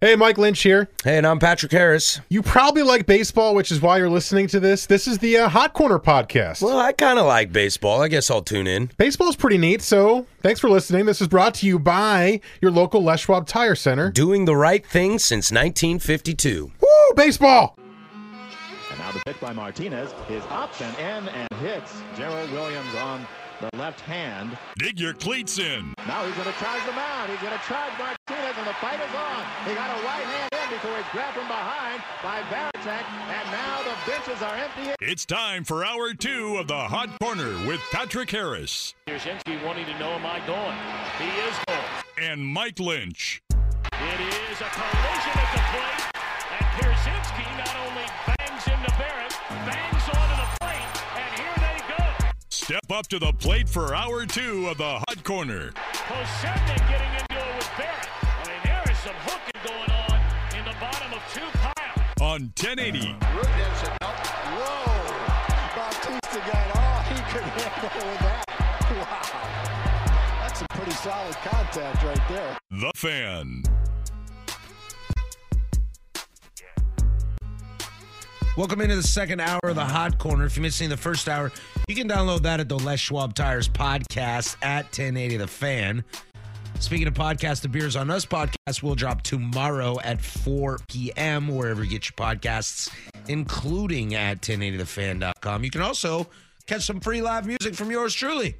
Hey, Mike Lynch here. Hey, and I'm Patrick Harris. You probably like baseball, which is why you're listening to this. This is the uh, Hot Corner podcast. Well, I kind of like baseball. I guess I'll tune in. Baseball's pretty neat, so thanks for listening. This is brought to you by your local Les Schwab Tire Center. Doing the right thing since 1952. Woo, baseball! And now the pick by Martinez is up and in and hits Gerald Williams on the left hand. Dig your cleats in. Now he's going to charge the mound. He's going to charge Martinez, and the fight is on. He got a right hand in before he's grabbed from behind by Veritek, and now the benches are empty. It's time for hour two of the Hot Corner with Patrick Harris. Yashinsky wanting to know, am I going? He is going. And Mike Lynch. It is a collision at the plate, and Pierzynski not only bangs into Barrett, bangs onto the plate, and here they go. Step up to the plate for hour two of the Hot Corner. Posebnik getting into it with Barrett. I mean, there is some hooking going on in the bottom of two pile. On 1080, Whoa! Bautista got all he could handle with that. Wow. That's a pretty solid contact right there. The Fan. Welcome into the second hour of the Hot Corner. If you missed any of the first hour, you can download that at the Les Schwab Tires podcast at 1080 The Fan. Speaking of podcast, the Beers on Us podcast will drop tomorrow at 4 p.m. wherever you get your podcasts, including at 1080thefan.com. You can also catch some free live music from yours truly.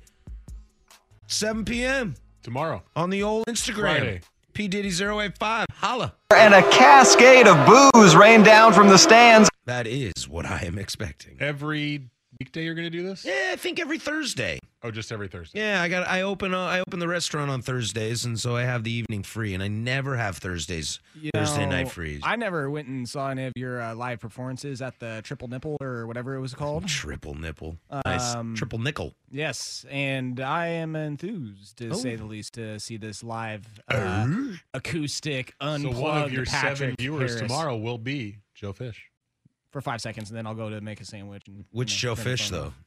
7 p.m. Tomorrow. on the old Instagram. Friday. P Diddy 085. Holla. and a cascade of boos rained down from the stands. That is what I am expecting. Every weekday you're going to do this? Yeah, I think every Thursday. Oh, just every Thursday. Yeah, I got I open uh, I open the restaurant on Thursdays, and so I have the evening free, and I never have Thursdays You Thursday know, night free. I never went and saw any of your uh, live performances at the Triple Nipple or whatever it was called. triple nipple, nice Um, triple nickel. Yes, and I am enthused to say the least to see this live uh, acoustic So unplugged one of your Patrick seven viewers Harris tomorrow will be Joe Fish. for five seconds, and then I'll go to make a sandwich. And, Which you Joe know, turn the Fish phone though? off.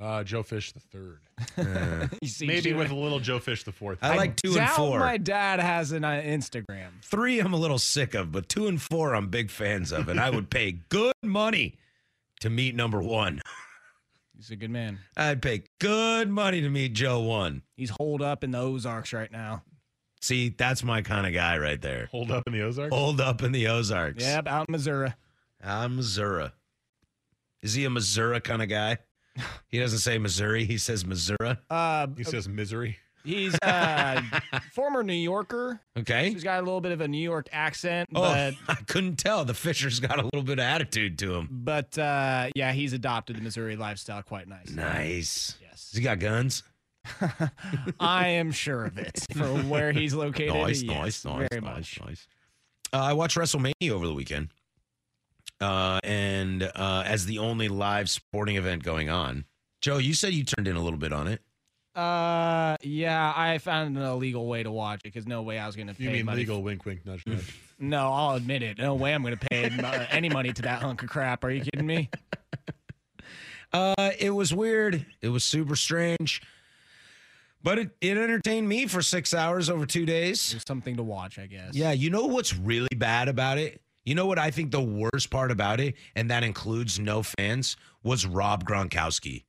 Uh, Joe Fish the third. You see, Maybe Joe- with a little Joe Fish the fourth. I like two and doubt four. My dad has an uh, Instagram. Three I'm a little sick of, but two and four I'm big fans of, and I would pay good money to meet number one. He's a good man. I'd pay good money to meet Joe one. He's holed up in the Ozarks right now. See, that's my kind of guy right there. Hold up in the Ozarks. Hold up in the Ozarks. Yep, out in Missouri. I'm Missouri. Is he a Missouri kind of guy? He doesn't say Missouri. He says Missouri. Uh, He says misery. he's uh, former New Yorker. Okay. He's got a little bit of a New York accent, Oh, but I couldn't tell. The Fisher's got a little bit of attitude to him. but uh, yeah, he's adopted the Missouri lifestyle quite nice. Nice. Has Yes, he got guns? I am sure of it for where he's located. Nice, yes, nice, nice, very nice, much. nice. Uh, I watched WrestleMania over the weekend, uh, and uh, as the only live sporting event going on, Joe, you said you turned in a little bit on it. Uh, yeah, I found an illegal way to watch it because no way I was going to pay You mean money. legal? Wink, wink, nudge, nudge. No, I'll admit it. No way I'm going to pay uh, any money to that hunk of crap. Are you kidding me? Uh, it was weird. It was super strange. But it, it entertained me for six hours over two days. There's something to watch, I guess. Yeah, you know what's really bad about it? You know what I think the worst part about it, and that includes no fans, was Rob Gronkowski.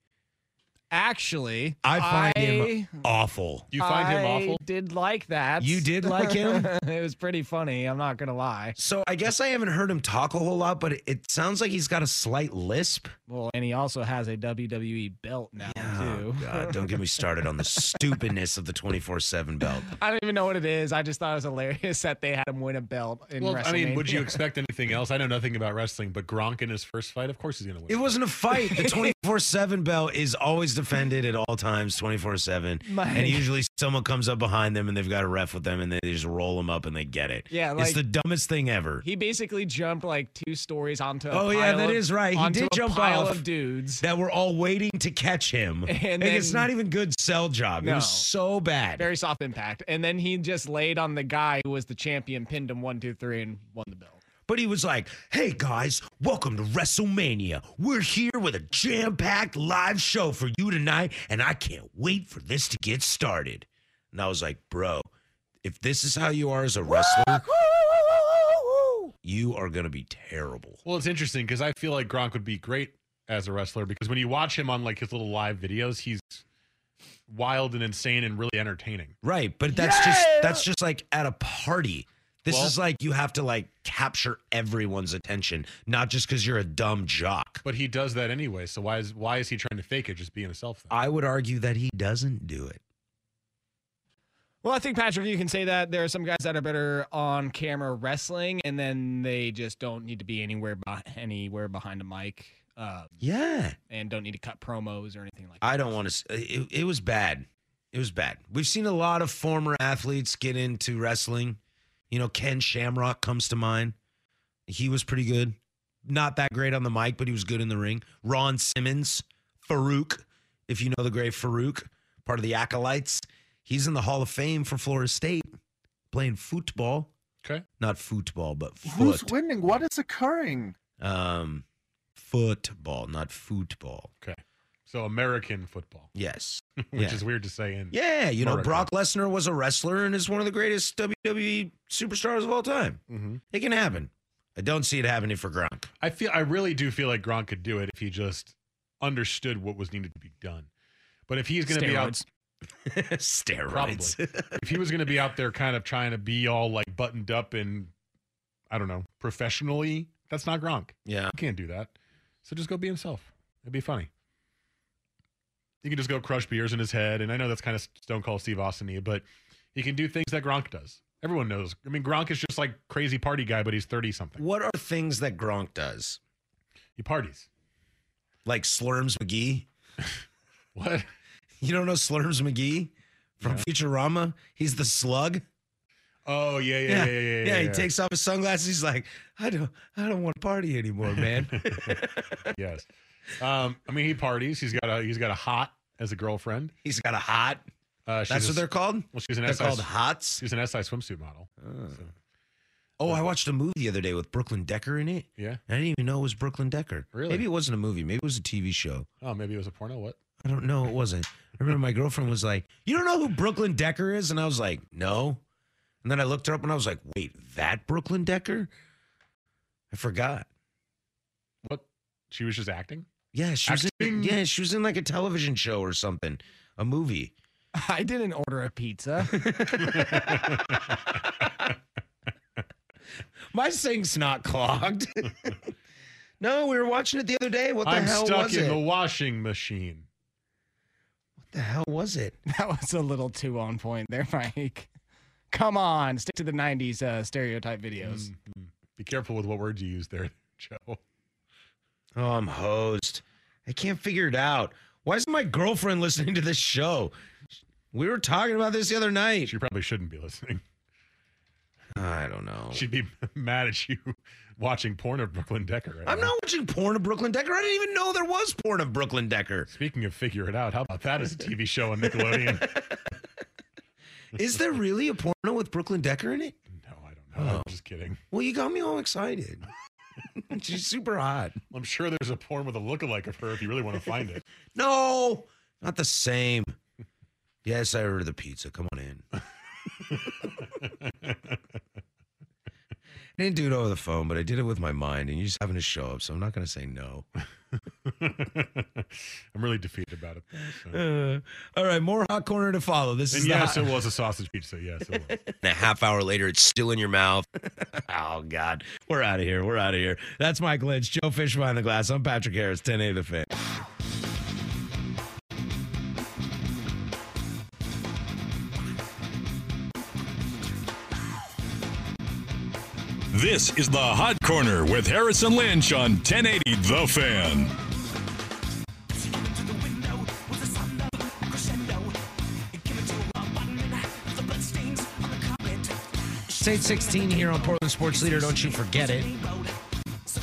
Actually, I find him I- awful. You find him I awful? Did like that? You did like him? it was pretty funny. I'm not gonna lie. So I guess I haven't heard him talk a whole lot, but it, it sounds like he's got a slight lisp. Well, and he also has a WWE belt now too. Oh, God, don't get me started on the stupidness of the 24 7 belt. I don't even know what it is. I just thought it was hilarious that they had him win a belt in well, WrestleMania. I mean, would you expect anything else? I know nothing about wrestling, but Gronk in his first fight, of course he's going to win. It wasn't a fight. The 24 7 belt is always the defended at all times, 24 7. My- And usually someone comes up behind them and they've got a ref with them and they just roll them up and they get it. Yeah, it's like- the dumbest thing ever. He basically jumped like two stories onto. A Oh, yeah, pile that of- is right. He onto did a jump pile off. of dudes. that we're all waiting to catch him. And Like, it's then- not even good sell job. It No. was so bad. Very soft impact, and then he just laid on the guy who was the champion, pinned him one, two, three, and won the belt. But he was like, hey guys, welcome to WrestleMania. We're here with a jam packed live show for you tonight, and I can't wait for this to get started. And I was like, bro, if this is how you are as a wrestler, you are going to be terrible. Well, it's interesting because I feel like Gronk would be great as a wrestler because when you watch him on like his little live videos, he's wild and insane and really entertaining. Right. But that's just, that's just like at a party. This Well- is like you have to like capture everyone's attention, not just because you're a dumb jock. But he does that anyway. So why is why is he trying to fake it? Just being himself. Then? I would argue that he doesn't do it. Well, I think Patrick, you can say that there are some guys that are better on camera wrestling, and then they just don't need to be anywhere beh- anywhere behind a mic, uh, Yeah. and don't need to cut promos or anything like. that. I don't want to. It, it was bad. It was bad. We've seen a lot of former athletes get into wrestling. You know, Ken Shamrock comes to mind. He was pretty good. Not that great on the mic, but he was good in the ring. Ron Simmons, Farouk, if you know the great Farouk, part of the Acolytes. He's in the Hall of Fame for Florida State playing football. Okay. Not football, but Who's foot. winning? What is occurring? Um, football, not football. So American football, Yes. which Yeah. is weird to say. In Yeah, you know, America. Brock Lesnar was a wrestler and is one of the greatest WWE superstars of all time. Mhm. It can happen. I don't see it happening for Gronk. I feel I really do feel like Gronk could do it if he just understood what was needed to be done. But if he's going to be out, Steroids. Steroids. if he was going to be out there, kind of trying to be all like buttoned up and I don't know, professionally, that's not Gronk. yeah. You can't do that. So just go be himself. It'd be funny. You can just go crush beers in his head. And I know that's kind of Stone Cold Steve Austin but he can do things that Gronk does. Everyone knows. I mean, Gronk is just like crazy party guy, but he's 30 something. What are things that Gronk does? He parties. Like Slurms McGee? What? You don't know Slurms McGee from Futurama? He's the slug. Oh, yeah, yeah, yeah, yeah. Yeah, yeah, he yeah. takes off his sunglasses. He's like, I don't I don't want to party anymore, man. Yes. Um, I mean, he parties. He's got a he's got a hot as a girlfriend. he's got a hot. Uh, she's That's a- what they're called? well, she's an They're SI called hots. she's an SI swimsuit model. So, Oh, I watched a movie the other day with Brooklyn Decker in it. yeah. I didn't even know it was Brooklyn Decker. Really? Maybe it wasn't a movie. Maybe it was a TV show. Oh, maybe it was a porno. What? I don't know. It wasn't. I remember my girlfriend was like, You don't know who Brooklyn Decker is? And I was like, No. And then I looked her up and I was like, Wait, that Brooklyn Decker? I forgot. What? She was just acting. Yeah, she was in, Acting. yeah, she was in like a television show or something, a movie. I didn't order a pizza. My sink's not clogged. no, we were watching it the other day. What the I'm hell stuck was in it? the What washing machine. the hell was it? that was a little too on point there, Mike. Come on, stick to the '90s uh, stereotype videos. Mhm. Be careful with what words you use there, Joe. Oh, I'm hosed. I can't figure it out. Why isn't my girlfriend listening to this show? We were talking about this the other night. She probably shouldn't be listening. I don't know. She'd be mad at you watching porn of Brooklyn Decker. Right I'm now. not watching porn of Brooklyn Decker. I didn't even know there was porn of Brooklyn Decker. Speaking of figure it out, how about that as a TV show on Nickelodeon? Is there really a porno with Brooklyn Decker in it? no, I don't know. I'm just kidding. Well, you got me all excited. She's super hot. I'm sure there's a porn with a lookalike of her if you really want to find it. No, not the same. Yes, I ordered the pizza. Come on in. I didn't do it over the phone, but I did it with my mind, and you're just having to show up, so I'm not going to say no. I'm really defeated about it. though, so. Uh, all right, more hot corner to follow. This And is the yes, hot- it was a sausage pizza. Yes, it was. and a half hour later, it's still in your mouth. oh God, we're out of here. We're out of here. That's Mike Lynch, Joe Fish behind the glass. I'm Patrick Harris, 10A the fan. This is the Hot Corner with Harrison Lynch on 1080 The Fan. It's 816 here on Portland Sports Leader. Don't you forget it.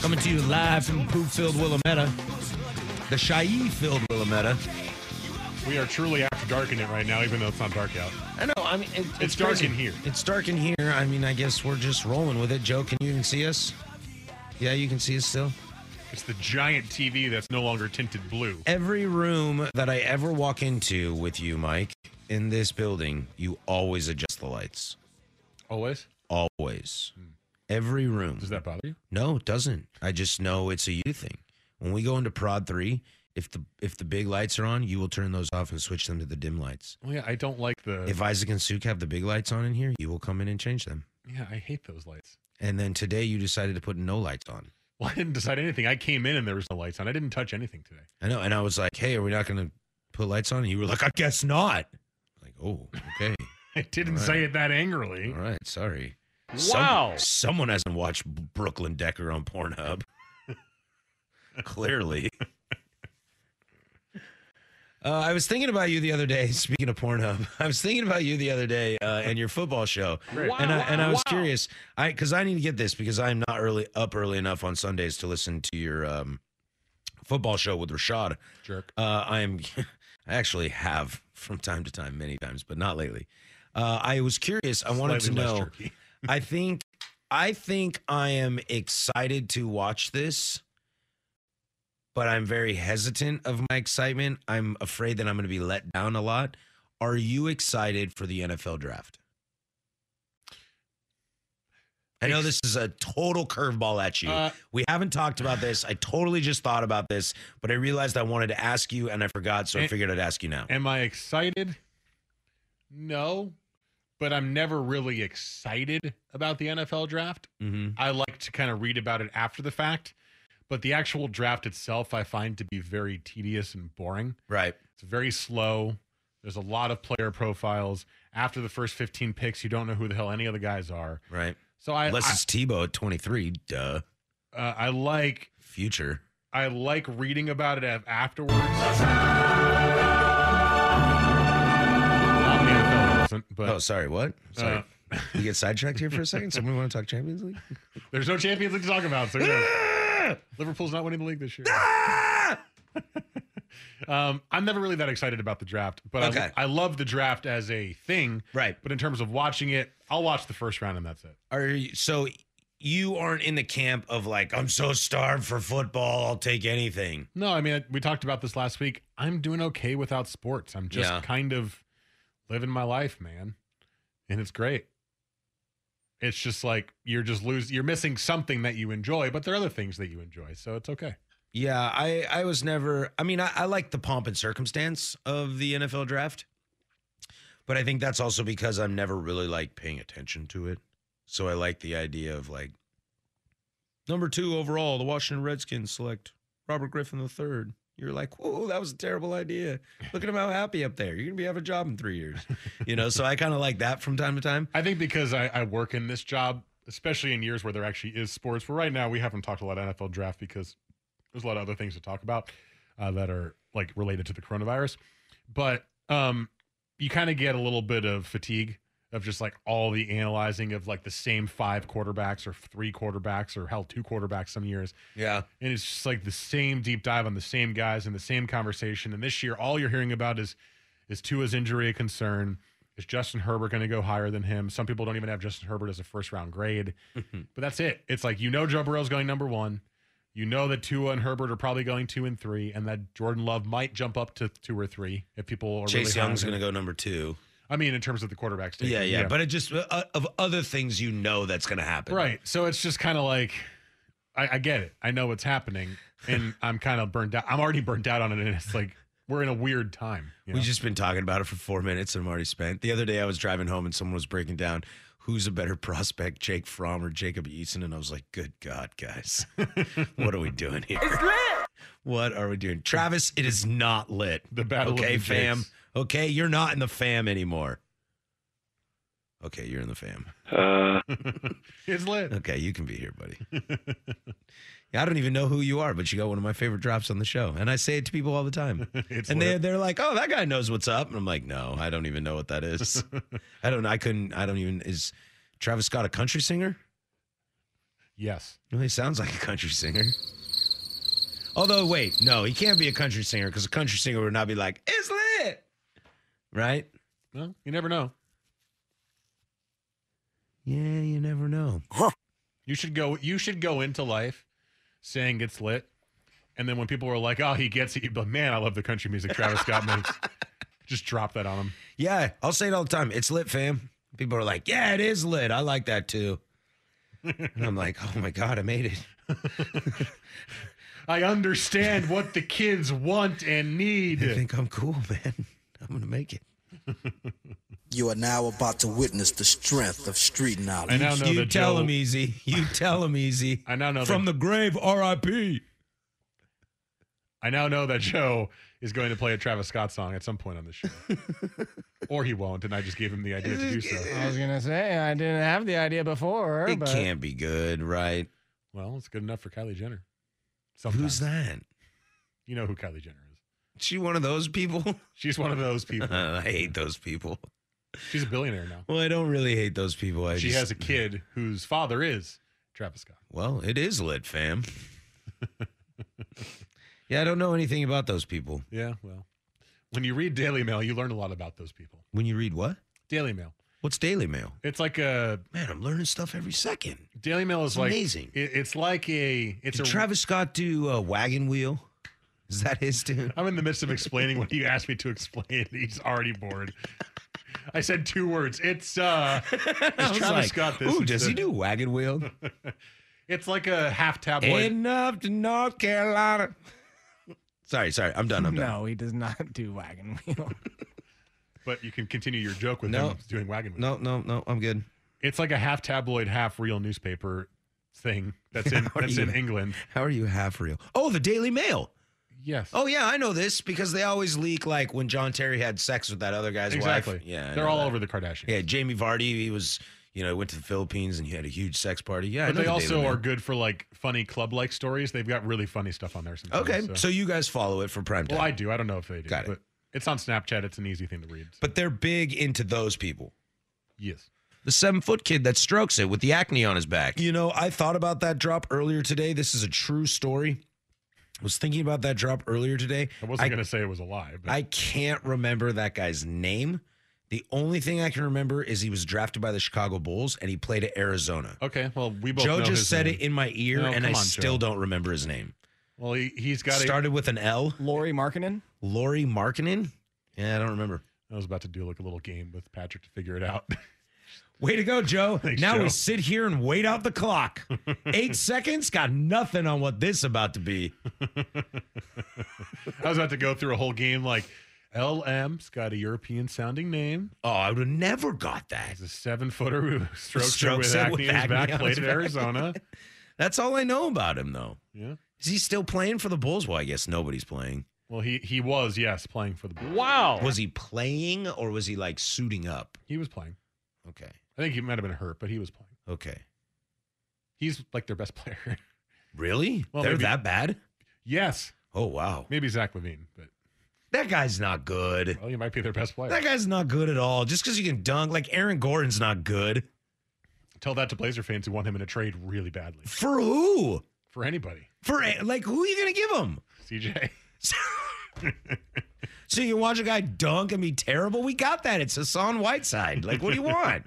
Coming to you live from Poopfield, Willamette. The Shai-filled Willamette. We are truly after dark in it right now, even though it's not dark out. I know. I mean, it- it's, It's dark crazy. in here. It's dark in here. I mean, I guess we're just rolling with it. Joe, can you even see us? Yeah, you can see us still. It's the giant TV that's no longer tinted blue. Every room that I ever walk into with you, Mike, in this building, you always adjust the lights. Always. Always. Every room. Hmm. Does that bother you? No, it doesn't. I just know it's a you thing. When we go into prod three, if the if the big lights are on, you will turn those off and switch them to the dim lights. Well, yeah, I don't like the. If Isaac and Suk have the big lights on in here, you will come in and change them. yeah, I hate those lights. And then today you decided to put no lights on. Well, I didn't decide anything. I came in and there was no lights on. I didn't touch anything today. I know, and I was like, "Hey, are we not going to put lights on?" And you were like, "I guess not." Like, oh, okay, I didn't All right. say it that angrily. all right, sorry. Some- Wow. someone hasn't watched Brooklyn Decker on Pornhub. Clearly. Uh, I was thinking about you the other day. Speaking of Pornhub, I was thinking about you the other day uh, and your football show, Great. and I, and I was curious. I because I need to get this because I am not early up early enough on Sundays to listen to your um, football show with Rashad. Jerk. Uh, I am. I actually have from time to time, many times, but not lately. Uh, I was curious. I wanted to Slightly less know. jerky. I think. I think I am excited to watch this, but I'm very hesitant of my excitement. I'm afraid that I'm going to be let down a lot. Are you excited for the NFL draft? I know this is a total curveball at you. Uh, we haven't talked about this. I totally just thought about this, but I realized I wanted to ask you and I forgot, so I Eh. figured I'd ask you now. Am I excited? No, but I'm never really excited about the NFL draft. Mm-hmm. I like to kind of read about it after the fact, but the actual draft itself I find to be very tedious and boring. Right. It's very slow. There's a lot of player profiles. After the first 15 picks, you don't know who the hell any of the guys are. Right. So I Unless it's Tebow at 23, duh, I, uh, I like future. I like reading about it af- afterwards. Well, the NFL doesn't, but oh, sorry, what? Sorry. uh, we get sidetracked here for a second. Somebody want to talk Champions League? there's no Champions League to talk about. So you're right. Liverpool's not winning the league this year. Ah! um, I'm never really that excited about the draft, but Okay. I, I love the draft as a thing. Right. But in terms of watching it, I'll watch the first round and that's it. Are you, so you aren't in the camp of like I'm so starved for football, I'll take anything. No, I mean, we talked about this last week. I'm doing okay without sports. I'm just Yeah. kind of living my life, man. And it's great. It's just like you're just losing, you're missing something that you enjoy, but there are other things that you enjoy. So it's okay. Yeah, I I was never. I mean, I, I like the pomp and circumstance of the NFL draft, but I think that's also because I'm never really like paying attention to it. So I like the idea of like number two overall, the Washington Redskins select Robert Griffin III. You're like, whoa, that was a terrible idea. Look at him how happy up there. You're gonna be having a job in three years, you know. So I kind of like that from time to time. I think because I, I work in this job, especially in years where there actually is sports. Where right now we haven't talked a lot of NFL draft because there's a lot of other things to talk about uh, that are like related to the coronavirus. But um, you kind of get a little bit of fatigue of just like all the analyzing of like the same five quarterbacks or three quarterbacks or hell two quarterbacks some years Yeah, and it's just like the same deep dive on the same guys and the same conversation. And this year, all you're hearing about is is Tua's injury a concern? Is Justin Herbert going to go higher than him? Some people don't even have Justin Herbert as a first round grade, but that's it. It's like you know Joe Burrow's going number one. You know that Tua and Herbert are probably going two and three, and that Jordan Love might jump up to two or three if people are Chase really high on Young's him. gonna go number two. I mean, in terms of the quarterbacks. taken, Yeah, yeah, but it just uh, of other things you know that's gonna happen. Right. So it's just kind of like, I, I get it. I know what's happening, and I'm kind of burned out. I'm already burned out on it, and it's like we're in a weird time. you We've know? just been talking about it for four minutes and I'm already spent. The other day I was driving home and someone was breaking down who's a better prospect, Jake Fromm or Jacob Eason. And I was like, good God, guys, what are we doing here? It's lit. What are we doing? Travis, it is not lit. The battle of Okay, the fam. Jakes. Okay, you're not in the fam anymore. Okay, you're in the fam. Uh, it's lit. Okay, you can be here, buddy. I don't even know who you are, but you got one of my favorite drops on the show. And I say it to people all the time. It's and they, lit. they're like, oh, that guy knows what's up. And I'm like, no, I don't even know what that is. I don't, I couldn't, I don't even, is Travis Scott a country singer? Yes. No, he sounds like a country singer. Although, wait, no, he can't be a country singer because a country singer would not be like, it's lit, right? Well, you never know. Yeah, you never know. You should go. You should go into life saying it's lit, and then when people were like, "Oh, he gets it," you'd be like, "Man, I love the country music Travis Scott makes." Just drop that on him. Yeah, I'll say it all the time. It's lit, fam. People are like, yeah, it is lit. I like that too. and I'm like, oh my God, I made it. I understand what the kids want and need. I think I'm cool, man. I'm going to make it. You are now about to witness the strength of street knowledge. I now know you that tell Joe, him easy. You tell him easy. I now know From that, the grave, RIP. I now know that Joe is going to play a Travis Scott song at some point on the show, or he won't. And I just gave him the idea to do so. I was gonna say I didn't have the idea before, It but can't be good, right? Well, it's good enough for Kylie Jenner. Who's Sometimes. that? You know who Kylie Jenner is. She one of those people? She's one of those people. I hate those people. She's a billionaire now. Well, I don't really hate those people. I She just, has a kid whose father is Travis Scott. Well, it is lit, fam. yeah, I don't know anything about those people. Yeah, well, when you read Daily Mail, you learn a lot about those people. When you read what? Daily Mail. What's Daily Mail? It's like a Man, I'm learning stuff every second. Daily Mail is It's like amazing. it- it's like a it's Did a. Travis Scott do uh, Wagon Wheel? Is that his dude? I'm in the midst of explaining what you asked me to explain. He's already bored. I said two words. It's uh, it's I was Travis like, Scott. This Ooh, does he instead." do Wagon Wheel? It's like a half tabloid. Heading up to North Carolina. sorry, sorry. I'm done. I'm done. no, he does not do wagon wheel. but you can continue your joke with No. him doing wagon wheel. No, no, no. I'm good. It's like a half tabloid, half real newspaper thing that's in How are that's in you? England. How are you half real? Oh, the Daily Mail. Yes. Oh yeah, I know this because they always leak like when John Terry had sex with that other guy's exactly. wife. Yeah, I They're know all that. over the Kardashians. Yeah, Jamie Vardy, he was, you know, went to the Philippines and he had a huge sex party. Yeah, I But know they the also Daily are Mail. good for like funny club like stories. They've got really funny stuff on there sometimes. Okay, so- so you guys follow it for prime time, well, I do. I don't know if they do. Got it. But it's on Snapchat. It's an easy thing to read. but they're big into those people. yes. the seven foot kid that strokes it with the acne on his back. You know, I thought about that drop earlier today. This is a true story. I was thinking about that drop earlier today. I wasn't going to say it was a lie, but I can't remember that guy's name. The only thing I can remember is he was drafted by the Chicago Bulls and he played at Arizona. okay. Well, we both Joe know just his said name. it in my ear No, and I come on, still Joe. don't remember his name. Well, he, he's got a. Started with an L. Lori Markinen. Lori Markinen? Yeah, I don't remember. I was about to do like a little game with Patrick to figure it out. Way to go, Joe. Thanks, now Joe. we sit here and wait out the clock. Eight seconds got nothing on what this about to be. I was about to go through a whole game like LM's got a European sounding name. Oh, I would have never got that. He's a seven footer who strokes Strokes her with acne, it with in his acne back, on played his at back. Arizona. That's all I know about him, though. Yeah. Is he still playing for the Bulls? Well, I guess nobody's playing. Well, he he was yes playing for the. Bulls. Wow. Was he playing or was he like suiting up? He was playing. Okay. I think he might have been hurt, but he was playing. Okay. He's like their best player. Really? Well, They're maybe- that bad? yes, Oh, wow. maybe Zach Levine, but That guy's not good. well, he might be their best player. That guy's not good at all. Just because you can dunk, like Aaron Gordon's not good. Tell that to Blazer fans who want him in a trade really badly For who? for anybody. For a- like, who are you going to give him? CJ, so you watch a guy dunk and be terrible? We got that. It's Hassan Whiteside. Like, what do you want?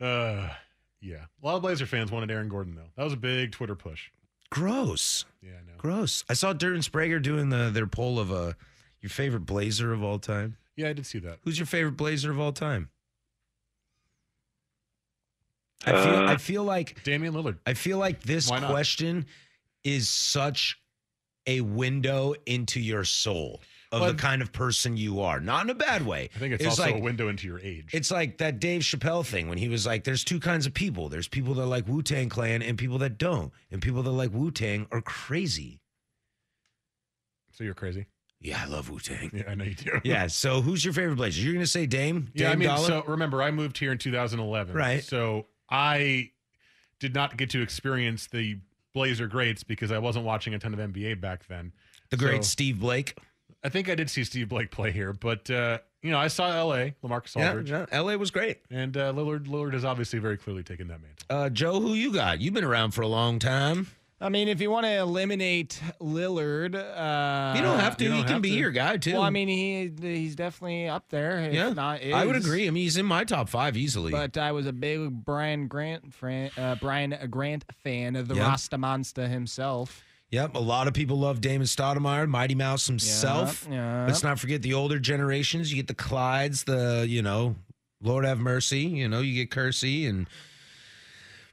uh, yeah, a lot of Blazer fans wanted Aaron Gordon though. That was a big Twitter push. Gross. Yeah, I know. Gross. I saw Dirt and Sprager doing the their poll of uh, your favorite blazer of all time. Yeah, I did see that. Who's your favorite blazer of all time? I feel Uh, I feel like Damian Lillard. I feel like this Why not? question is such a window into your soul of Well, the kind of person you are. Not in a bad way. I think it's It was also like, a window into your age. it's like that Dave Chappelle thing when he was like, there's two kinds of people. There's people that like Wu Tang Clan and people that don't. And people that like Wu Tang are crazy. so you're crazy. Yeah, I love Wu Tang. Yeah, I know you do. Yeah, so who's your favorite Blazer? You're going to say Dame? Dame Yeah, I mean, Dollar? so remember, I moved here in 2011. Right. So I did not get to experience the Blazer greats because I wasn't watching a ton of NBA back then. the great so- Steve Blake. I think I did see Steve Blake play here, but uh, you know, I saw L.A. Lamarcus Aldridge. Yeah, yeah, LA was great. And uh, Lillard, Lillard has obviously very clearly taken that mantle. Uh, Joe, who you got? You've been around for a long time. I mean, if you want to eliminate Lillard, uh, you don't have to. He can be your guy too. Well, I mean, he he's definitely up there. If yeah, not, I would is. agree. I mean, he's in my top five easily. But I was a big Brian Grant fan, uh, Brian Grant fan of the Yeah. Rasta Monster himself. Yep, a lot of people love Damon Stoudemire, Mighty Mouse himself. Yep, yep. Let's not forget the older generations. You get the Clydes, the you know, Lord have mercy. You know, you get Kersey, and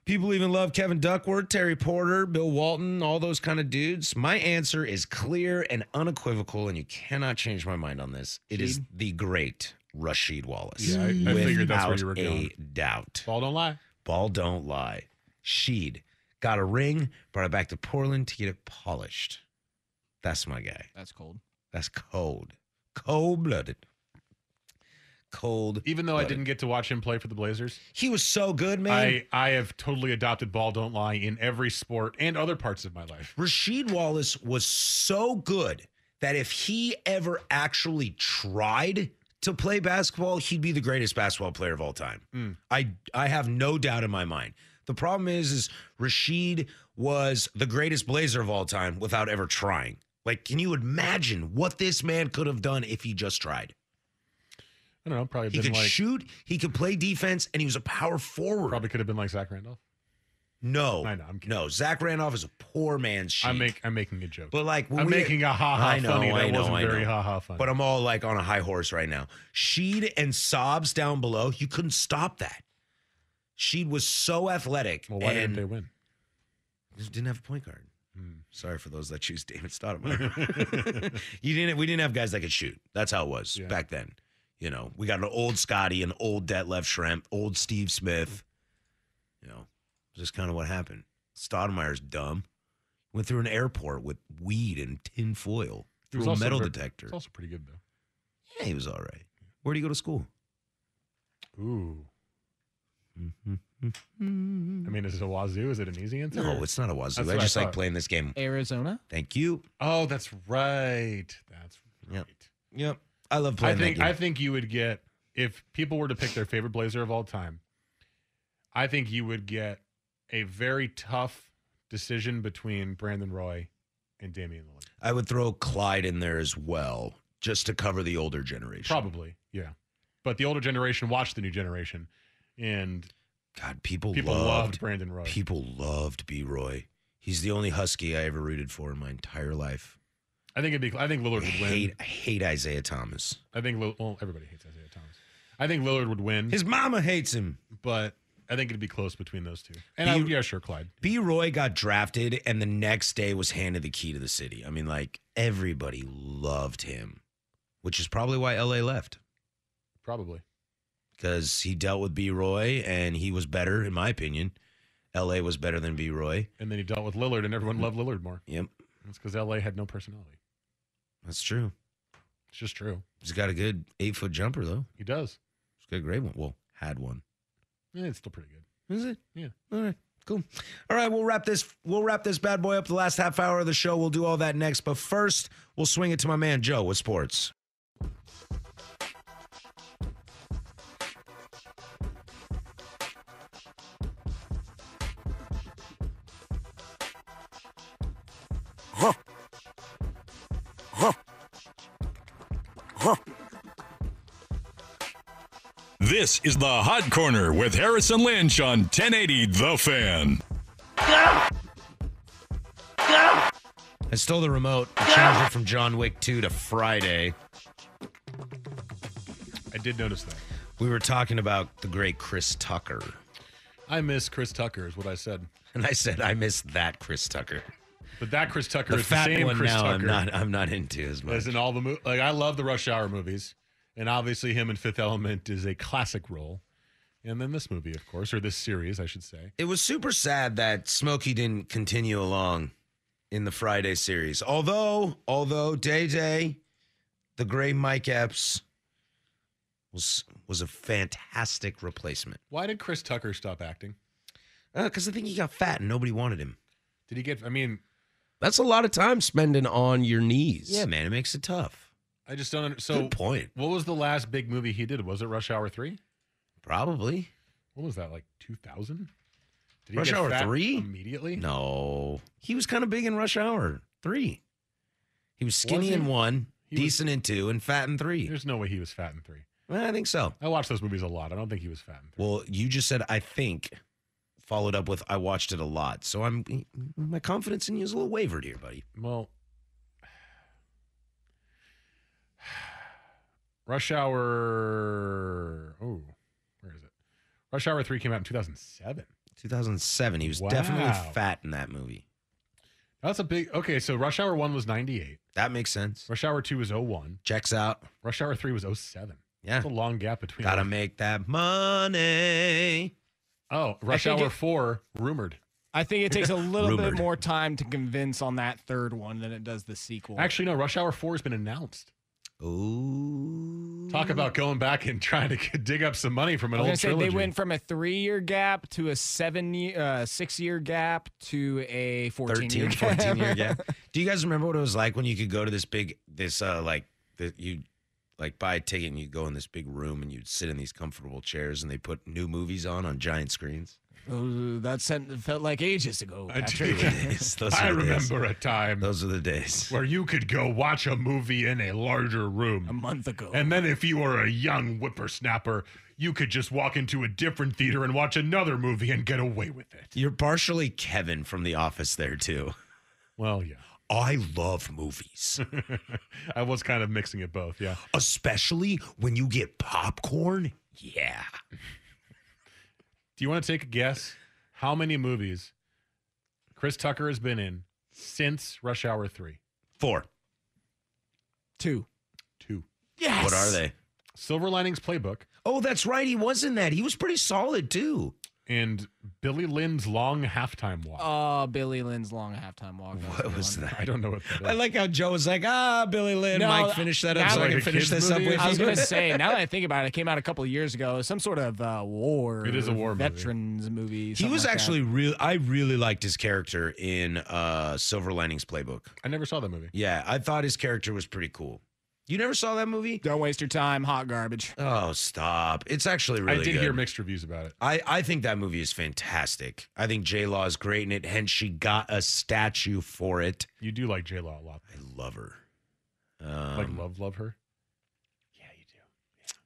people even love Kevin Duckworth, Terry Porter, Bill Walton, all those kind of dudes. My answer is clear and unequivocal, and you cannot change my mind on this. It is the great Rashid Wallace. Yeah, I- I figured that's where you were Without a doubt. Ball don't lie. Ball don't lie. Sheed got a ring, brought it back to Portland to get it polished. That's my guy. That's cold. That's cold. Cold blooded. Cold. Even though I didn't get to watch him play for the Blazers, He was so good, man. I I have totally adopted ball don't lie in every sport and other parts of my life. Rasheed Wallace was so good that if he ever actually tried to play basketball, he'd be the greatest basketball player of all time. Hmm. I I have no doubt in my mind. The problem is, is Rashid was the greatest blazer of all time without ever trying. Like, can you imagine what this man could have done if he just tried? I don't know, probably He been could like shoot, he could play defense, and he was a power forward. probably could have been like Zach Randolph. No, I know, I'm kidding. no. Zach Randolph is a poor man's. Sheik. I make I'm making a joke. But like, when I'm we- making a ha ha I know, funny that I know, wasn't I very know. ha ha funny. But I'm all like on a high horse right now. Sheed and Sobs down below, you couldn't stop that. Sheed was so athletic. well, why didn't and they win? didn't have a point guard. Hmm. Sorry for those that choose David Stoudemire. you didn't. We didn't have guys that could shoot. That's how it was Yeah. back then. You know, we got an old Scotty, an old Detlef Schrempf, old Steve Smith. You know, just kind of what happened. Stoudemire's dumb. Went through an airport with weed and tin foil He through was a also metal very- detector. It's also pretty good though. Yeah, he was all right. Where do you go to school? Ooh. I mean, is it a wazoo? Is it an easy answer? No, it's not a wazoo. That's I what I just like thought. playing this game. Arizona. Thank you. Oh, that's right. That's Yep. right. Yep. I love I playing think that game. I think you would get if people were to pick their favorite Blazer of all time. I think you would get a very tough decision between Brandon Roy and Damian Lillard. I would throw Clyde in there as well, just to cover the older generation. Probably, yeah. But the older generation watched the new generation, and God, people, people loved, loved, Brandon Roy. people loved B. Roy. He's the only Husky I ever rooted for in my entire life. I think it'd be. I think I Lillard would win. hate, I hate Isaiah Thomas. I think. Lill- Well, everybody hates Isaiah Thomas. I think Lillard would win, His mama hates him. but I think it'd be close between those two. And I, You- yeah, sure, Clyde. B. Roy got drafted, and the next day was handed the key to the city. I mean, like everybody loved him, which is probably why LA left Probably. because he dealt with B. Roy, and he was better, in my opinion. LA was better than B. Roy. And then he dealt with Lillard, and everyone loved Lillard more. Yep, That's because LA had no personality. that's true. It's just true. He's got a good eight foot jumper though. He does. He's got a great one. Well, had one. Eh, it's still pretty good. Is it? Yeah. All right. Cool. All right, we'll wrap this we'll wrap this bad boy up the last half hour of the show. We'll do all that next, but first, we'll swing it to my man Joe with sports. This is the Hot Corner with Harrison Lynch on 1080 The Fan. I stole the remote, I changed it from John Wick 2 to Friday. I did notice that. We were talking about the great Chris Tucker, I miss Chris Tucker, is what I said. and I said I miss that Chris Tucker. But that Chris Tucker The is the fat same one Chris now Tucker I'm not I'm not into as much. as in all the movies. Like I love the Rush Hour movies, and obviously him in Fifth Element is a classic role. And then this movie, of course, or this series, I should say. It was super sad that Smokey didn't continue along in the Friday series. Although, although Day Day, the great Mike Epps, was was a fantastic replacement. Uh, Why did Chris Tucker stop acting? Because I think he got fat and nobody wanted him. Did he get? I mean, That's a lot of time spending on your knees. Yeah, man, it makes it tough. I just don't. under- So Good point. What was the last big movie he did? Was it Rush Hour Three? Probably. What was that? Like two thousand? Rush Hour Three immediately? No, he was kind of big in Rush Hour Three. He was skinny Was he? in one, He was- decent in two, and fat in three. There's no way he was fat in three. I think so. I watched those movies a lot. I don't think he was fat. In three. Well, you just said I think, followed up with I watched it a lot. So I'm my confidence in you is a little wavered here, buddy. Well, Rush Hour. Oh, where is it? Rush Hour Three came out in 2007. 2007. He was definitely Wow. fat in that movie. That's a big. Okay, so Rush Hour One was 98. That makes sense. Rush Hour Two was 01. Checks out. Rush Hour Three was 07. Yeah. That's a long gap between. Gotta those. make that money. Oh, Rush think Hour it- Four rumored. I think it takes a little bit Rumored. more time to convince on that third one than it does the sequel. Actually, no. Rush Hour Four has been announced. Ooh. Talk about going back and trying to get, dig up some money from I an was gonna old say trilogy. they went from a three-year gap to a seven-year, uh, six-year gap to a 13, fourteen-year 14 year gap. Do you guys remember what it was like when you could go to this big, this, uh, like, that you, like, buy a ticket and you go in this big room and you'd sit in these comfortable chairs and they put new movies on on giant screens? Oh, that sent, felt like ages ago. I Patrick. do. Yes, those I were the days. remember a time Those are the days. where you could go watch a movie in a larger room. a month ago. And then if you were a young whippersnapper, you could just walk into a different theater and watch another movie and get away with it. You're partially Kevin from The Office there, too. Well, yeah. I love movies, I was kind of mixing it both, yeah. especially when you get popcorn. Yeah. Do you want to take a guess how many movies Chris Tucker has been in since Rush Hour 3? Four. two. Two. Yes. What are they? Silver Linings Playbook Oh, that's right. He was in that. He was pretty solid, too. and Billy Lynn's Long Halftime Walk. Oh, Billy Lynn's long halftime walk. That What the was one. that? I don't know what that is. I like how Joe was like, ah, Billy Lynn, No, Mike, finish that up that so I was can a finish kid's this up movie? with I was you. gonna say. Now that I think about it, it came out a couple of years ago. Some sort of uh, war. It is a war movie. veterans movie. he something was like that. actually real. I really liked his character in uh, Silver Linings Playbook. I never saw that movie. Yeah, I thought his character was pretty cool. You never saw that movie? Don't waste your time. Hot garbage. Oh, stop! It's actually really. I did good. hear mixed reviews about it. I, I think that movie is fantastic. I think J Law is great in it, hence she got a statue for it. You do like J Law a lot. I love her. Like Um, love, love her.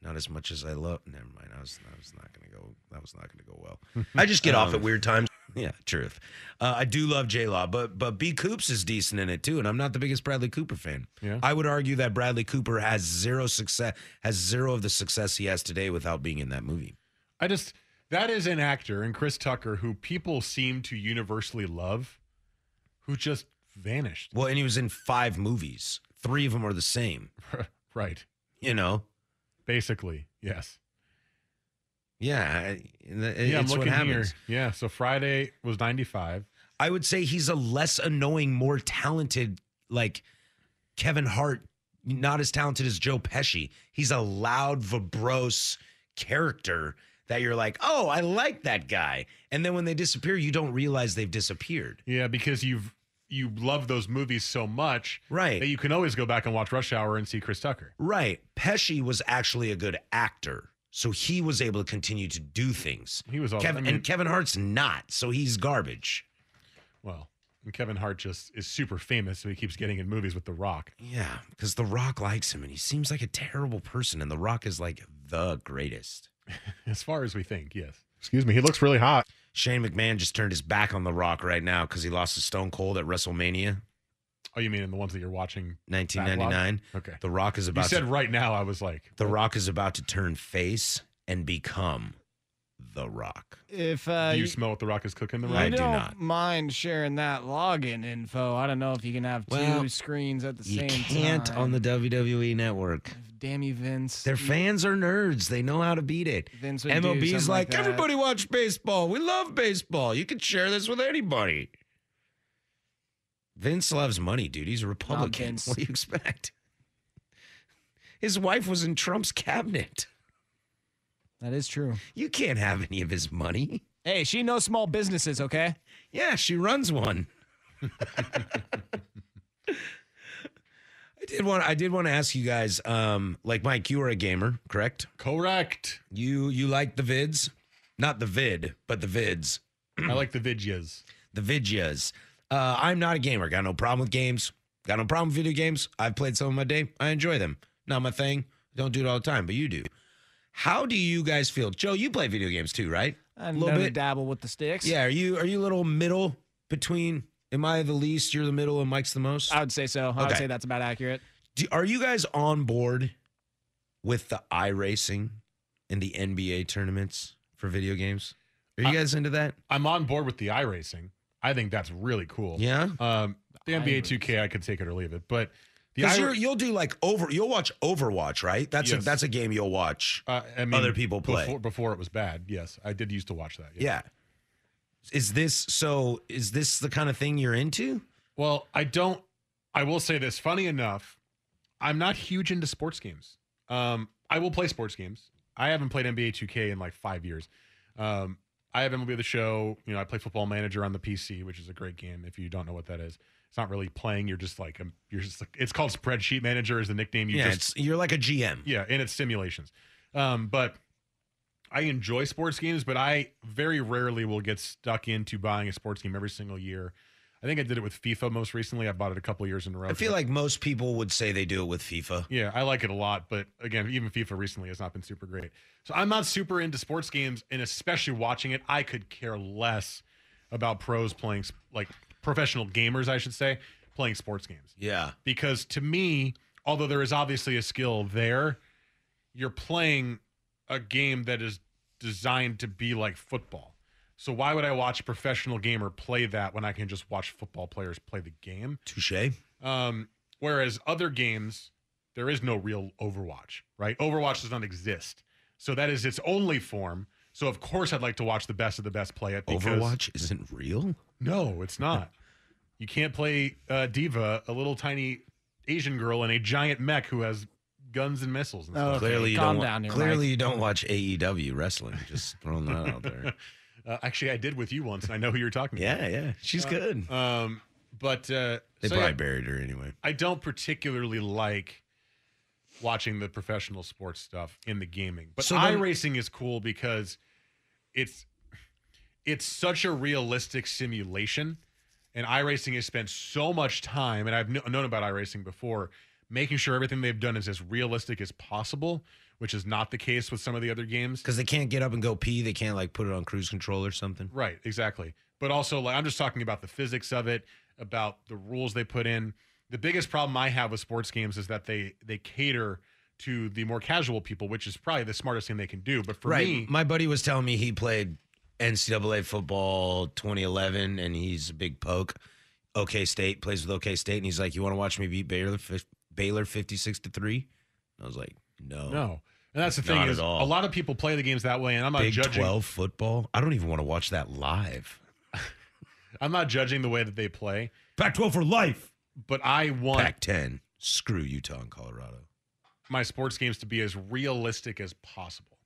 not as much as I love. Never mind. I was I was not gonna go. That was not gonna go well. I just get Um, off at weird times. Yeah, truth. Uh, I do love J Law, but but B Coops is decent in it too, and I'm not the biggest Bradley Cooper fan. Yeah. I would argue that Bradley Cooper has zero success, has zero of the success he has today without being in that movie. I just that is an actor and Chris Tucker who people seem to universally love, who just vanished. Well, and he was in five movies. Three of them are the same. right. You know. Basically, yes. Yeah, I- and that- yeah, I'm it's what looking here. happens. Yeah. So Friday was 95. I would say he's a less annoying, more talented, like Kevin Hart, not as talented as Joe Pesci. He's a loud, vibrose character that you're like, oh, I like that guy. And then when they disappear, you don't realize they've disappeared. Yeah, because you've you love those movies so much Right. that you can always go back and watch Rush Hour and see Chris Tucker. Right. Pesci was actually a good actor. So he was able to continue to do things. He was all- Kevin, I mean- and Kevin Hart's not, so he's garbage. Well, and Kevin Hart just is super famous, so he keeps getting in movies with The Rock. Yeah, because The Rock likes him, and he seems like a terrible person, and The Rock is like the greatest. As far as we think, yes. Excuse me. He looks really hot. Shane McMahon just turned his back on The Rock right now because he lost to Stone Cold at WrestleMania Oh, you mean in the ones that you're watching? 1999. Backlog? Okay. The Rock is You about said to, right now. I was like, The Rock is about to turn face and become The Rock. If uh, do you you- smell what The Rock is cooking? The You Rock. I do don't not. mind sharing that login info. I don't know if you can have Well, two screens at the You same can't time. on the WWE network. damn you, Vince. Their fans are nerds. They know how to beat it. Vince would do MLB's like, something like that. everybody watch baseball. We love baseball. You can share this with anybody. Vince loves money, dude. He's a Republican. Vince. What do you expect? His wife was in Trump's cabinet. That is true. You can't have any of his money. Hey, she knows small businesses, okay? Yeah, she runs one. I did want I did want to ask you guys, um, like Mike, you are a gamer, correct? Correct. You you like the vids? Not the vid, but the vids. I like the vidyas. The vidyas. Uh, I'm not a gamer. Got no problem with games. Got no problem with video games. I've played some of my day. I enjoy them. Not my thing. Don't do it all the time, but you do. How do you guys feel? Joe, you play video games too, right? A little bit dabble with the sticks. Yeah, are you are you a little middle between am I the least, you're the middle, and Mike's the most? I Uh, would say so. I would Okay. say that's about accurate. Do, are you guys on board with the iRacing and the NBA tournaments for video games? Are you Uh, guys into that? I'm on board with the iRacing. I think that's really cool. Yeah? Um, the NBA 2K, I could take it or leave it, but the Because i- you're you'll do like over you'll watch Overwatch, right? That's Yes. a that's a game you'll watch uh, I mean, other people play. before, before it was bad. Yes, I did used to watch that. yeah. Is this so is this the kind of thing you're into? Well, I don't. I will say this. Funny enough, I'm not huge into sports games. Um, I will play sports games. I haven't played NBA 2K in like five years. Um, I have MLB the Show. You know, I play Football Manager on the PC, which is a great game. If you don't know what that is, it's not really playing. You're just like um, you're just like it's called Spreadsheet Manager is the nickname. You yeah, just it's, you're like a GM. yeah, and it's simulations. Um, but I enjoy sports games, but I very rarely will get stuck into buying a sports game every single year. I think I did it with FIFA most recently. I bought it a couple years in a row. I feel like most people would say they do it with FIFA. Yeah, I like it a lot, but again, even FIFA recently has not been super great. So I'm not super into sports games, and especially watching it, I could care less about pros playing sp- like professional gamers, I should say, playing sports games. Yeah. Because to me, although there is obviously a skill there, you're playing a game that is designed to be like football. So why would I watch a professional gamer play that when I can just watch football players play the game? Touche. Um, whereas other games, there is no real Overwatch, right? Overwatch does not exist. So that is its only form. So of course I'd like to watch the best of the best play it. Because Overwatch isn't real? No, it's not. You can't play uh, Diva, a little tiny Asian girl in a giant mech who has guns and missiles. And stuff. Clearly you don't wa- clearly you don't watch AEW wrestling. Just throwing that out there. Uh, actually, I did with you once, and I know who you're talking Yeah, about. yeah. She's Uh, good. Um, but uh, They so, probably yeah. buried her anyway. I don't particularly like watching the professional sports stuff in the gaming. But So then- iRacing is cool because it's it's such a realistic simulation. And iRacing has spent so much time, and I've kn- known about iRacing before, making sure everything they've done is as realistic as possible, which is not the case with some of the other games. Because they can't get up and go pee. They can't like put it on cruise control or something. Right, exactly. But also, like, I'm just talking about the physics of it, about the rules they put in. The biggest problem I have with sports games is that they they cater to the more casual people, which is probably the smartest thing they can do. But for right. me, My buddy was telling me he played NCAA football 2011 and he's a big poke. OK State plays with OK State and he's like, "You want to watch me beat Baylor fif- Baylor 56 to 3?" I was like, "No." no, and that's the thing Not is at all. a lot of people play the games that way, and I'm not Big judging. 12 football? I don't even want to watch that live. I'm not judging the way that they play. Pac 12 for life. But I want Pac 10. Screw Utah and Colorado. my sports games to be as realistic as possible.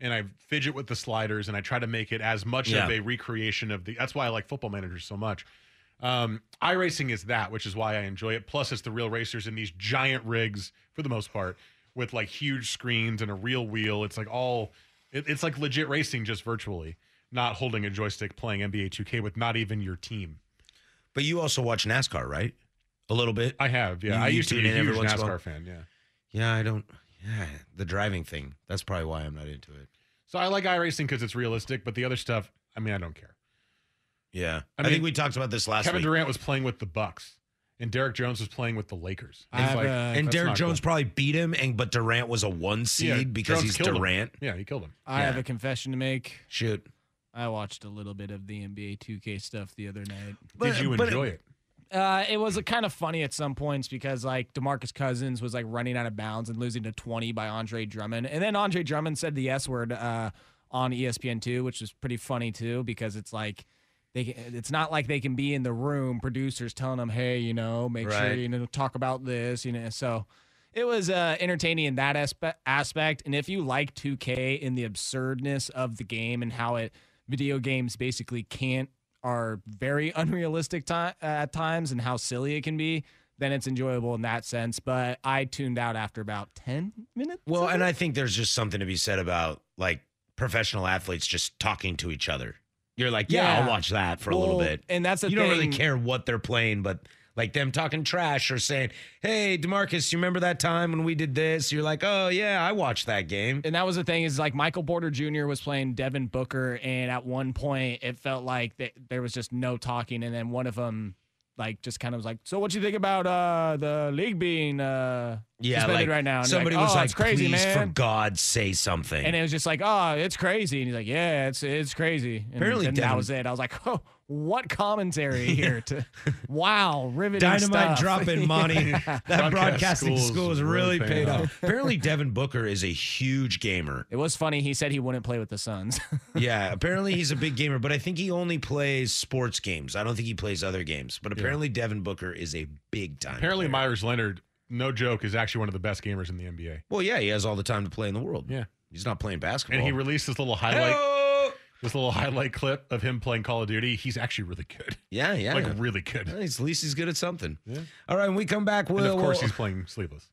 And I fidget with the sliders and I try to make it as much Yeah. of a recreation of the. That's why I like football managers so much. Um, iRacing is that, which is why I enjoy it. Plus, it's the real racers in these giant rigs for the most part with like huge screens and a real wheel. It's like all, it- it's like legit racing just virtually, not holding a joystick playing NBA 2K with not even your team. But you also watch NASCAR, right? A little bit. I have, yeah. You- I you used to tune be a in every huge once in a while? NASCAR fan, yeah. Yeah, I don't. Yeah, the driving thing. That's probably why I'm not into it. So I like iRacing because it's realistic, but the other stuff, I mean, I don't care. Yeah, I I, mean, think we talked about this last Kevin week. Durant was playing with the Bucks, and Derek Jones was playing with the Lakers. And, It's like, and that's Derrick not Jones cool. probably beat him, and but Durant was a one seed Yeah, because Jones he's killed him. Durant. Yeah, he killed him. I Yeah. have a confession to make. Shoot, I watched a little bit of the NBA 2K stuff the other night. Did you enjoy it? Uh, it was kind of funny at some points because like Demarcus Cousins was like running out of bounds and losing to 20 by Andre Drummond, and then Andre Drummond said the S word uh, on ESPN two, which was pretty funny too because it's like they ca- it's not like they can be in the room producers telling them hey you know make sure Right. you know talk about this you know so it was uh, entertaining in that aspe- aspect. And if you like 2K and the absurdness of the game and how it video games uh, basically can't are very unrealistic ti- at times and how silly it can be, then it's enjoyable in that sense. But I tuned out after about 10 minutes. Well, and I think there's just something to be said about like professional athletes just talking to each other. You're like, yeah, I'll Yeah. watch that for a little Well, bit. and that's the you don't really thing. care what they're playing, but like them talking trash or saying, "Hey, Demarcus, you remember that time when we did this?" You're like, "Oh yeah, I watched that game." And that was the thing is like Michael Porter Jr. was playing Devin Booker, and at one point it felt like that there was just no talking, and then one of them like just kind of was like, "So what you think about uh the league being uh Yeah, like suspended right now?" And you're somebody like, was "Oh, like, "It's crazy, "Please, for man." God, say something." and it was just like, "Oh, it's crazy," and he's like, "Yeah, it's it's crazy." And, Apparently and Devin- that was it. I was like, "Oh, what commentary here? To wow, riveting Dynamite stuff. drop in money. Yeah. That Broadcast broadcasting school's school is really really paid paying off. off. Apparently, Devin Booker is a huge gamer. It was funny. He said he wouldn't play with the Suns. Yeah, apparently he's a big gamer, but I think he only plays sports games. I don't think he plays other games. But apparently, Devin Booker is a big time. Apparently, player. Myers Leonard, no joke, is actually one of the best gamers in the NBA. well, yeah, he has all the time to play in the world. Yeah. he's not playing basketball. And he released this little highlight, this little highlight clip of him playing Call of Duty. He's actually really good, yeah, yeah, like really good. Well, he's- at least he's good at something. Yeah. All right, when we come back, we'll and of course, we'll- he's playing sleeveless.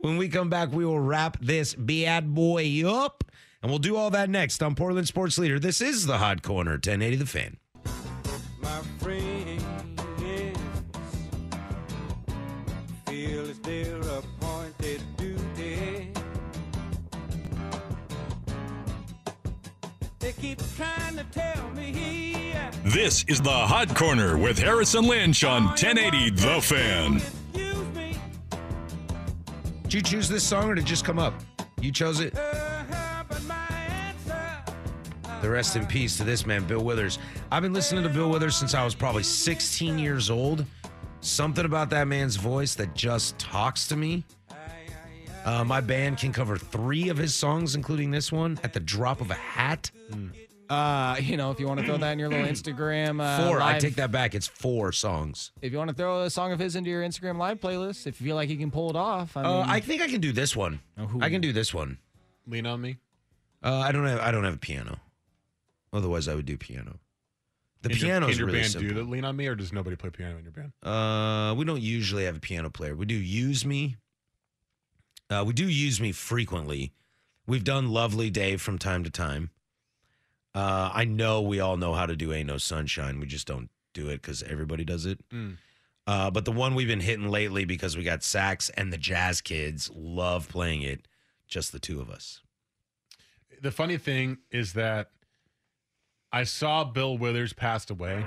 when we come back, we will wrap this bad boy up, and we'll do all that next on Portland Sports Leader. This is the Hot Corner 1080 The Fan. My friend yes. feel it's their appointed duty. They keep trying to tell me here. This is the Hot Corner with Harrison Lynch on 1080 The Fan. Did you choose this song or did it just come up? You chose it. The rest in peace to this man, Bill Withers. I've been listening to Bill Withers since I was probably 16 years old. Something about that man's voice that just talks to me. Uh, my band can cover three of his songs, including this one, at the drop of a hat. Uh, you know, if you want to throw that in your little Instagram, uh, four. I live- take that back. It's four songs. If you want to throw a song of his into your Instagram live playlist, if you feel like you can pull it off, I I, mean, Oh, uh, I think I can do this one. I can do this one. Lean on me. Uh, I don't have. I don't have a piano. Otherwise, I would do piano. The Can your- piano can is your really band simple. do the lean on me, or does nobody play piano in your band? Uh, we don't usually have a piano player. We do use me. Uh, we do use me frequently. We've done Lovely Day from time to time. Uh, I know we all know how to do Ain't No Sunshine. We just don't do it because everybody does it. Uh, but the one we've been hitting lately because we got Sax and the Jazz Kids love playing it. Just the two of us. The funny thing is that I saw Bill Withers passed away,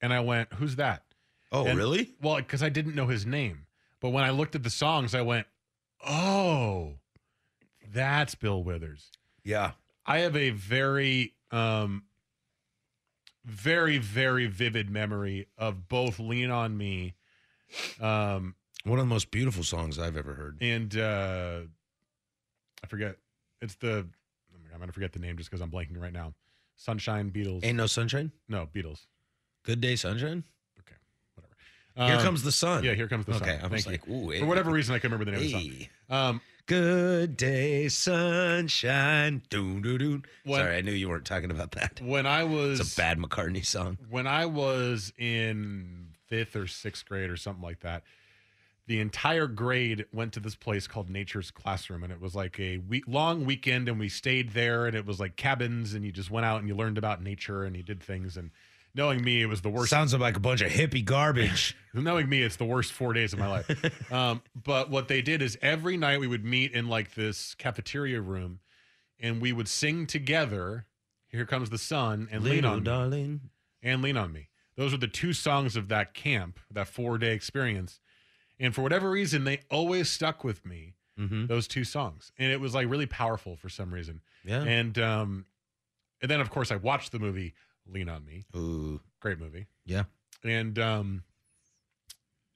and I went, "Who's that?" Oh, And- really? Well, because I didn't know his name, but when I looked at the songs, I went, "Oh, that's Bill Withers." Yeah. I have a very, um, very, very vivid memory of both "Lean on Me," um, One of the most beautiful songs I've ever heard. and uh, I forget. It's the oh my God, I'm gonna forget the name just because I'm blanking right now. Sunshine Beatles. Ain't No Sunshine? no Beatles. Good Day Sunshine? Here Um, Comes the Sun. Yeah, here comes the sun. Okay, I was Thank like, you. ooh, For hey. whatever reason, I couldn't remember the name of the Hey. song. Um, Good day, sunshine. Doo, doo, doo. What- Sorry, I knew you weren't talking about that. when I was It's a bad McCartney song. when I was in fifth or sixth grade or something like that, the entire grade went to this place called Nature's Classroom, and it was like a week long weekend, and we stayed there, and it was like cabins, and you just went out and you learned about nature and you did things. And knowing me, it was the worst. Sounds like a bunch of hippie garbage. Knowing me, it's the worst four days of my life. um, but what they did is every night we would meet in like this cafeteria room, and we would sing together. Here comes the sun, and lean Little on me darling. and Lean On Me. Those were the two songs of that camp, that four day experience. And for whatever reason, they always stuck with me, Mhm. those two songs. And it was like really powerful for some reason. Yeah. And um, and then, of course, I watched the movie Lean On Me. Ooh, Great movie. yeah. And um,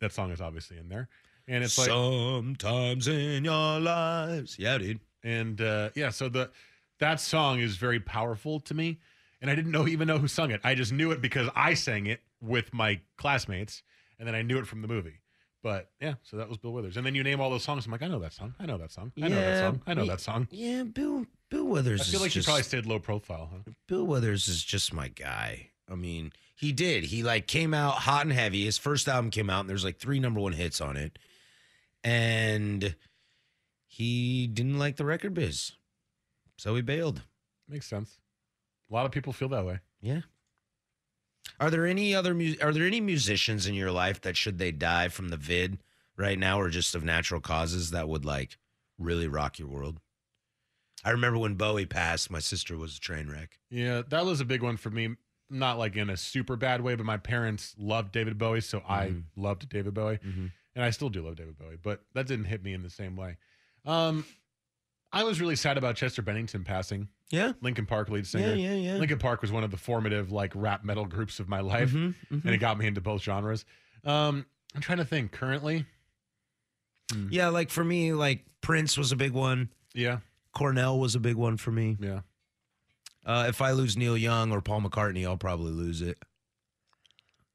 that song is obviously in there. And it's like, Sometimes in your lives. Yeah, dude. and uh, yeah, so the that song is very powerful to me, and I didn't know even know who sung it. I just knew it because I sang it with my classmates, and then I knew it from the movie. But yeah, so that was Bill Withers, and then you name all those songs. I'm like, I know that song. I know that song. I know that Yeah, song. I know we- that song. Yeah, Bill Bill Withers I feel is like you just probably stayed low profile, huh? Bill Withers is just my guy. I mean, he did. He like came out hot and heavy. His first album came out, and there's like three number one hits on it, and he didn't like the record biz, so he bailed. Makes sense. A lot of people feel that way. Yeah. Are there any other mu- are there any musicians in your life that should they die from the vid right now or just of natural causes that would like really rock your world? I remember when Bowie passed, my sister was a train wreck. Yeah, that was a big one for me. Not like in a super bad way, but my parents loved David Bowie, so I Mhm. loved David Bowie, Mm-hmm. and I still do love David Bowie, but that didn't hit me in the same way. Um, I was really sad about Chester Bennington passing. Yeah. Lincoln Park lead singer. yeah, yeah. Lincoln Park was one of the formative like rap metal groups of my life, Mhm, mhm. and it got me into both genres. Um, I'm trying to think currently. Yeah, like for me, like Prince was a big one. Yeah. Cornell was a big one for me. Yeah. Uh, if I lose Neil Young or Paul McCartney, I'll probably lose it.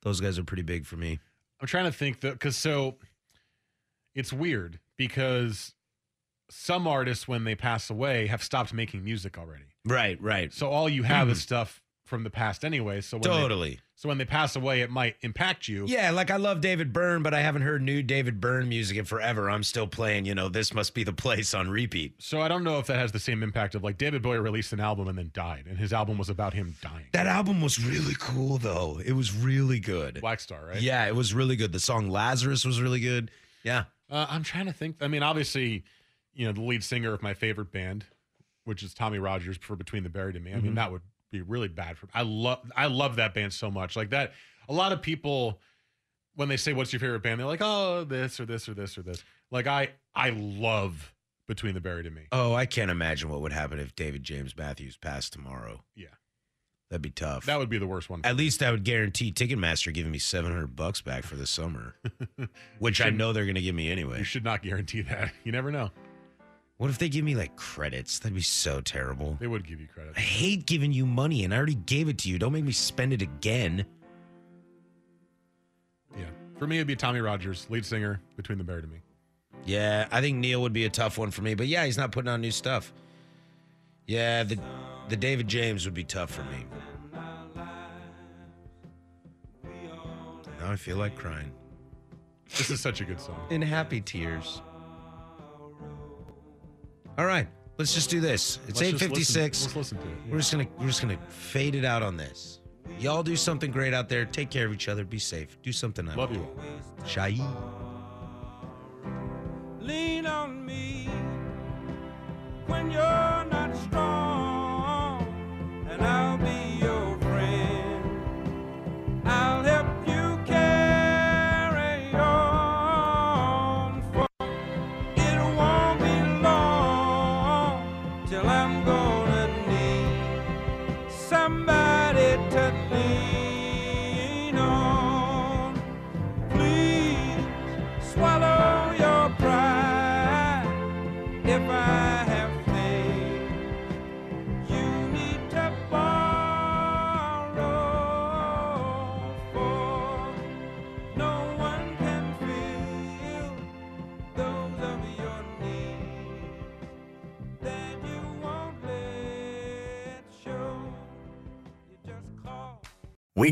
Those guys are pretty big for me. I'm trying to think though, because so it's weird because some artists, when they pass away, have stopped making music already. Right, right. So all you have is stuff from the past anyway. So when they- Hmm. Totally. so when they pass away, it might impact you. Yeah, like I love David Byrne, but I haven't heard new David Byrne music in forever. I'm still playing, you know, this must be the place on repeat. So I don't know if that has the same impact of like David Bowie released an album and then died, and his album was about him dying. That album was really cool though. It was really good. Black Star, right? Yeah, it was really good. The song Lazarus was really good. Yeah. Uh, I'm trying to think. I mean, obviously, you know, the lead singer of my favorite band, which is Tommy Rogers for Between the Buried and Me. I mean, Mhm. that would be really bad for. I love I love that band so much. Like that, a lot of people when they say what's your favorite band, they're like, oh, this or this or this or this. Like I I love Between the Buried and Me. Oh, I can't imagine what would happen if David James Matthews passed tomorrow. Yeah. That'd be tough. That would be the worst one. At least I would guarantee Ticketmaster giving me 700 bucks back for the summer, which I shouldn't- know they're going to give me anyway. You should not guarantee that. You never know. What if they give me like credits? That'd be so terrible. They would give you credit. I hate giving you money and I already gave it to you. Don't make me spend it again. Yeah. For me, it'd be Tommy Rogers, lead singer Between the Buried and Me. Yeah, I think Neil would be a tough one for me, but yeah, he's not putting out new stuff. Yeah, the the David James would be tough for me. Now I feel like crying. This is such a good song. In happy tears. All right, let's just do this. It's Let's just listen- 8:56. Let's listen to it. We're just gonna we're just gonna fade it out on this. Y'all do something great out there. Take care of each other. Be safe. Do something. I Love you. Shai. Lean on me when you're not strong, and I'll be your friend. I'll help you carry on. For it won't be long till I'm gonna need somebody to lean on. Please swallow your pride if I have failed. You need to borrow, for no one can feel those of your needs that you won't let show. You just call. We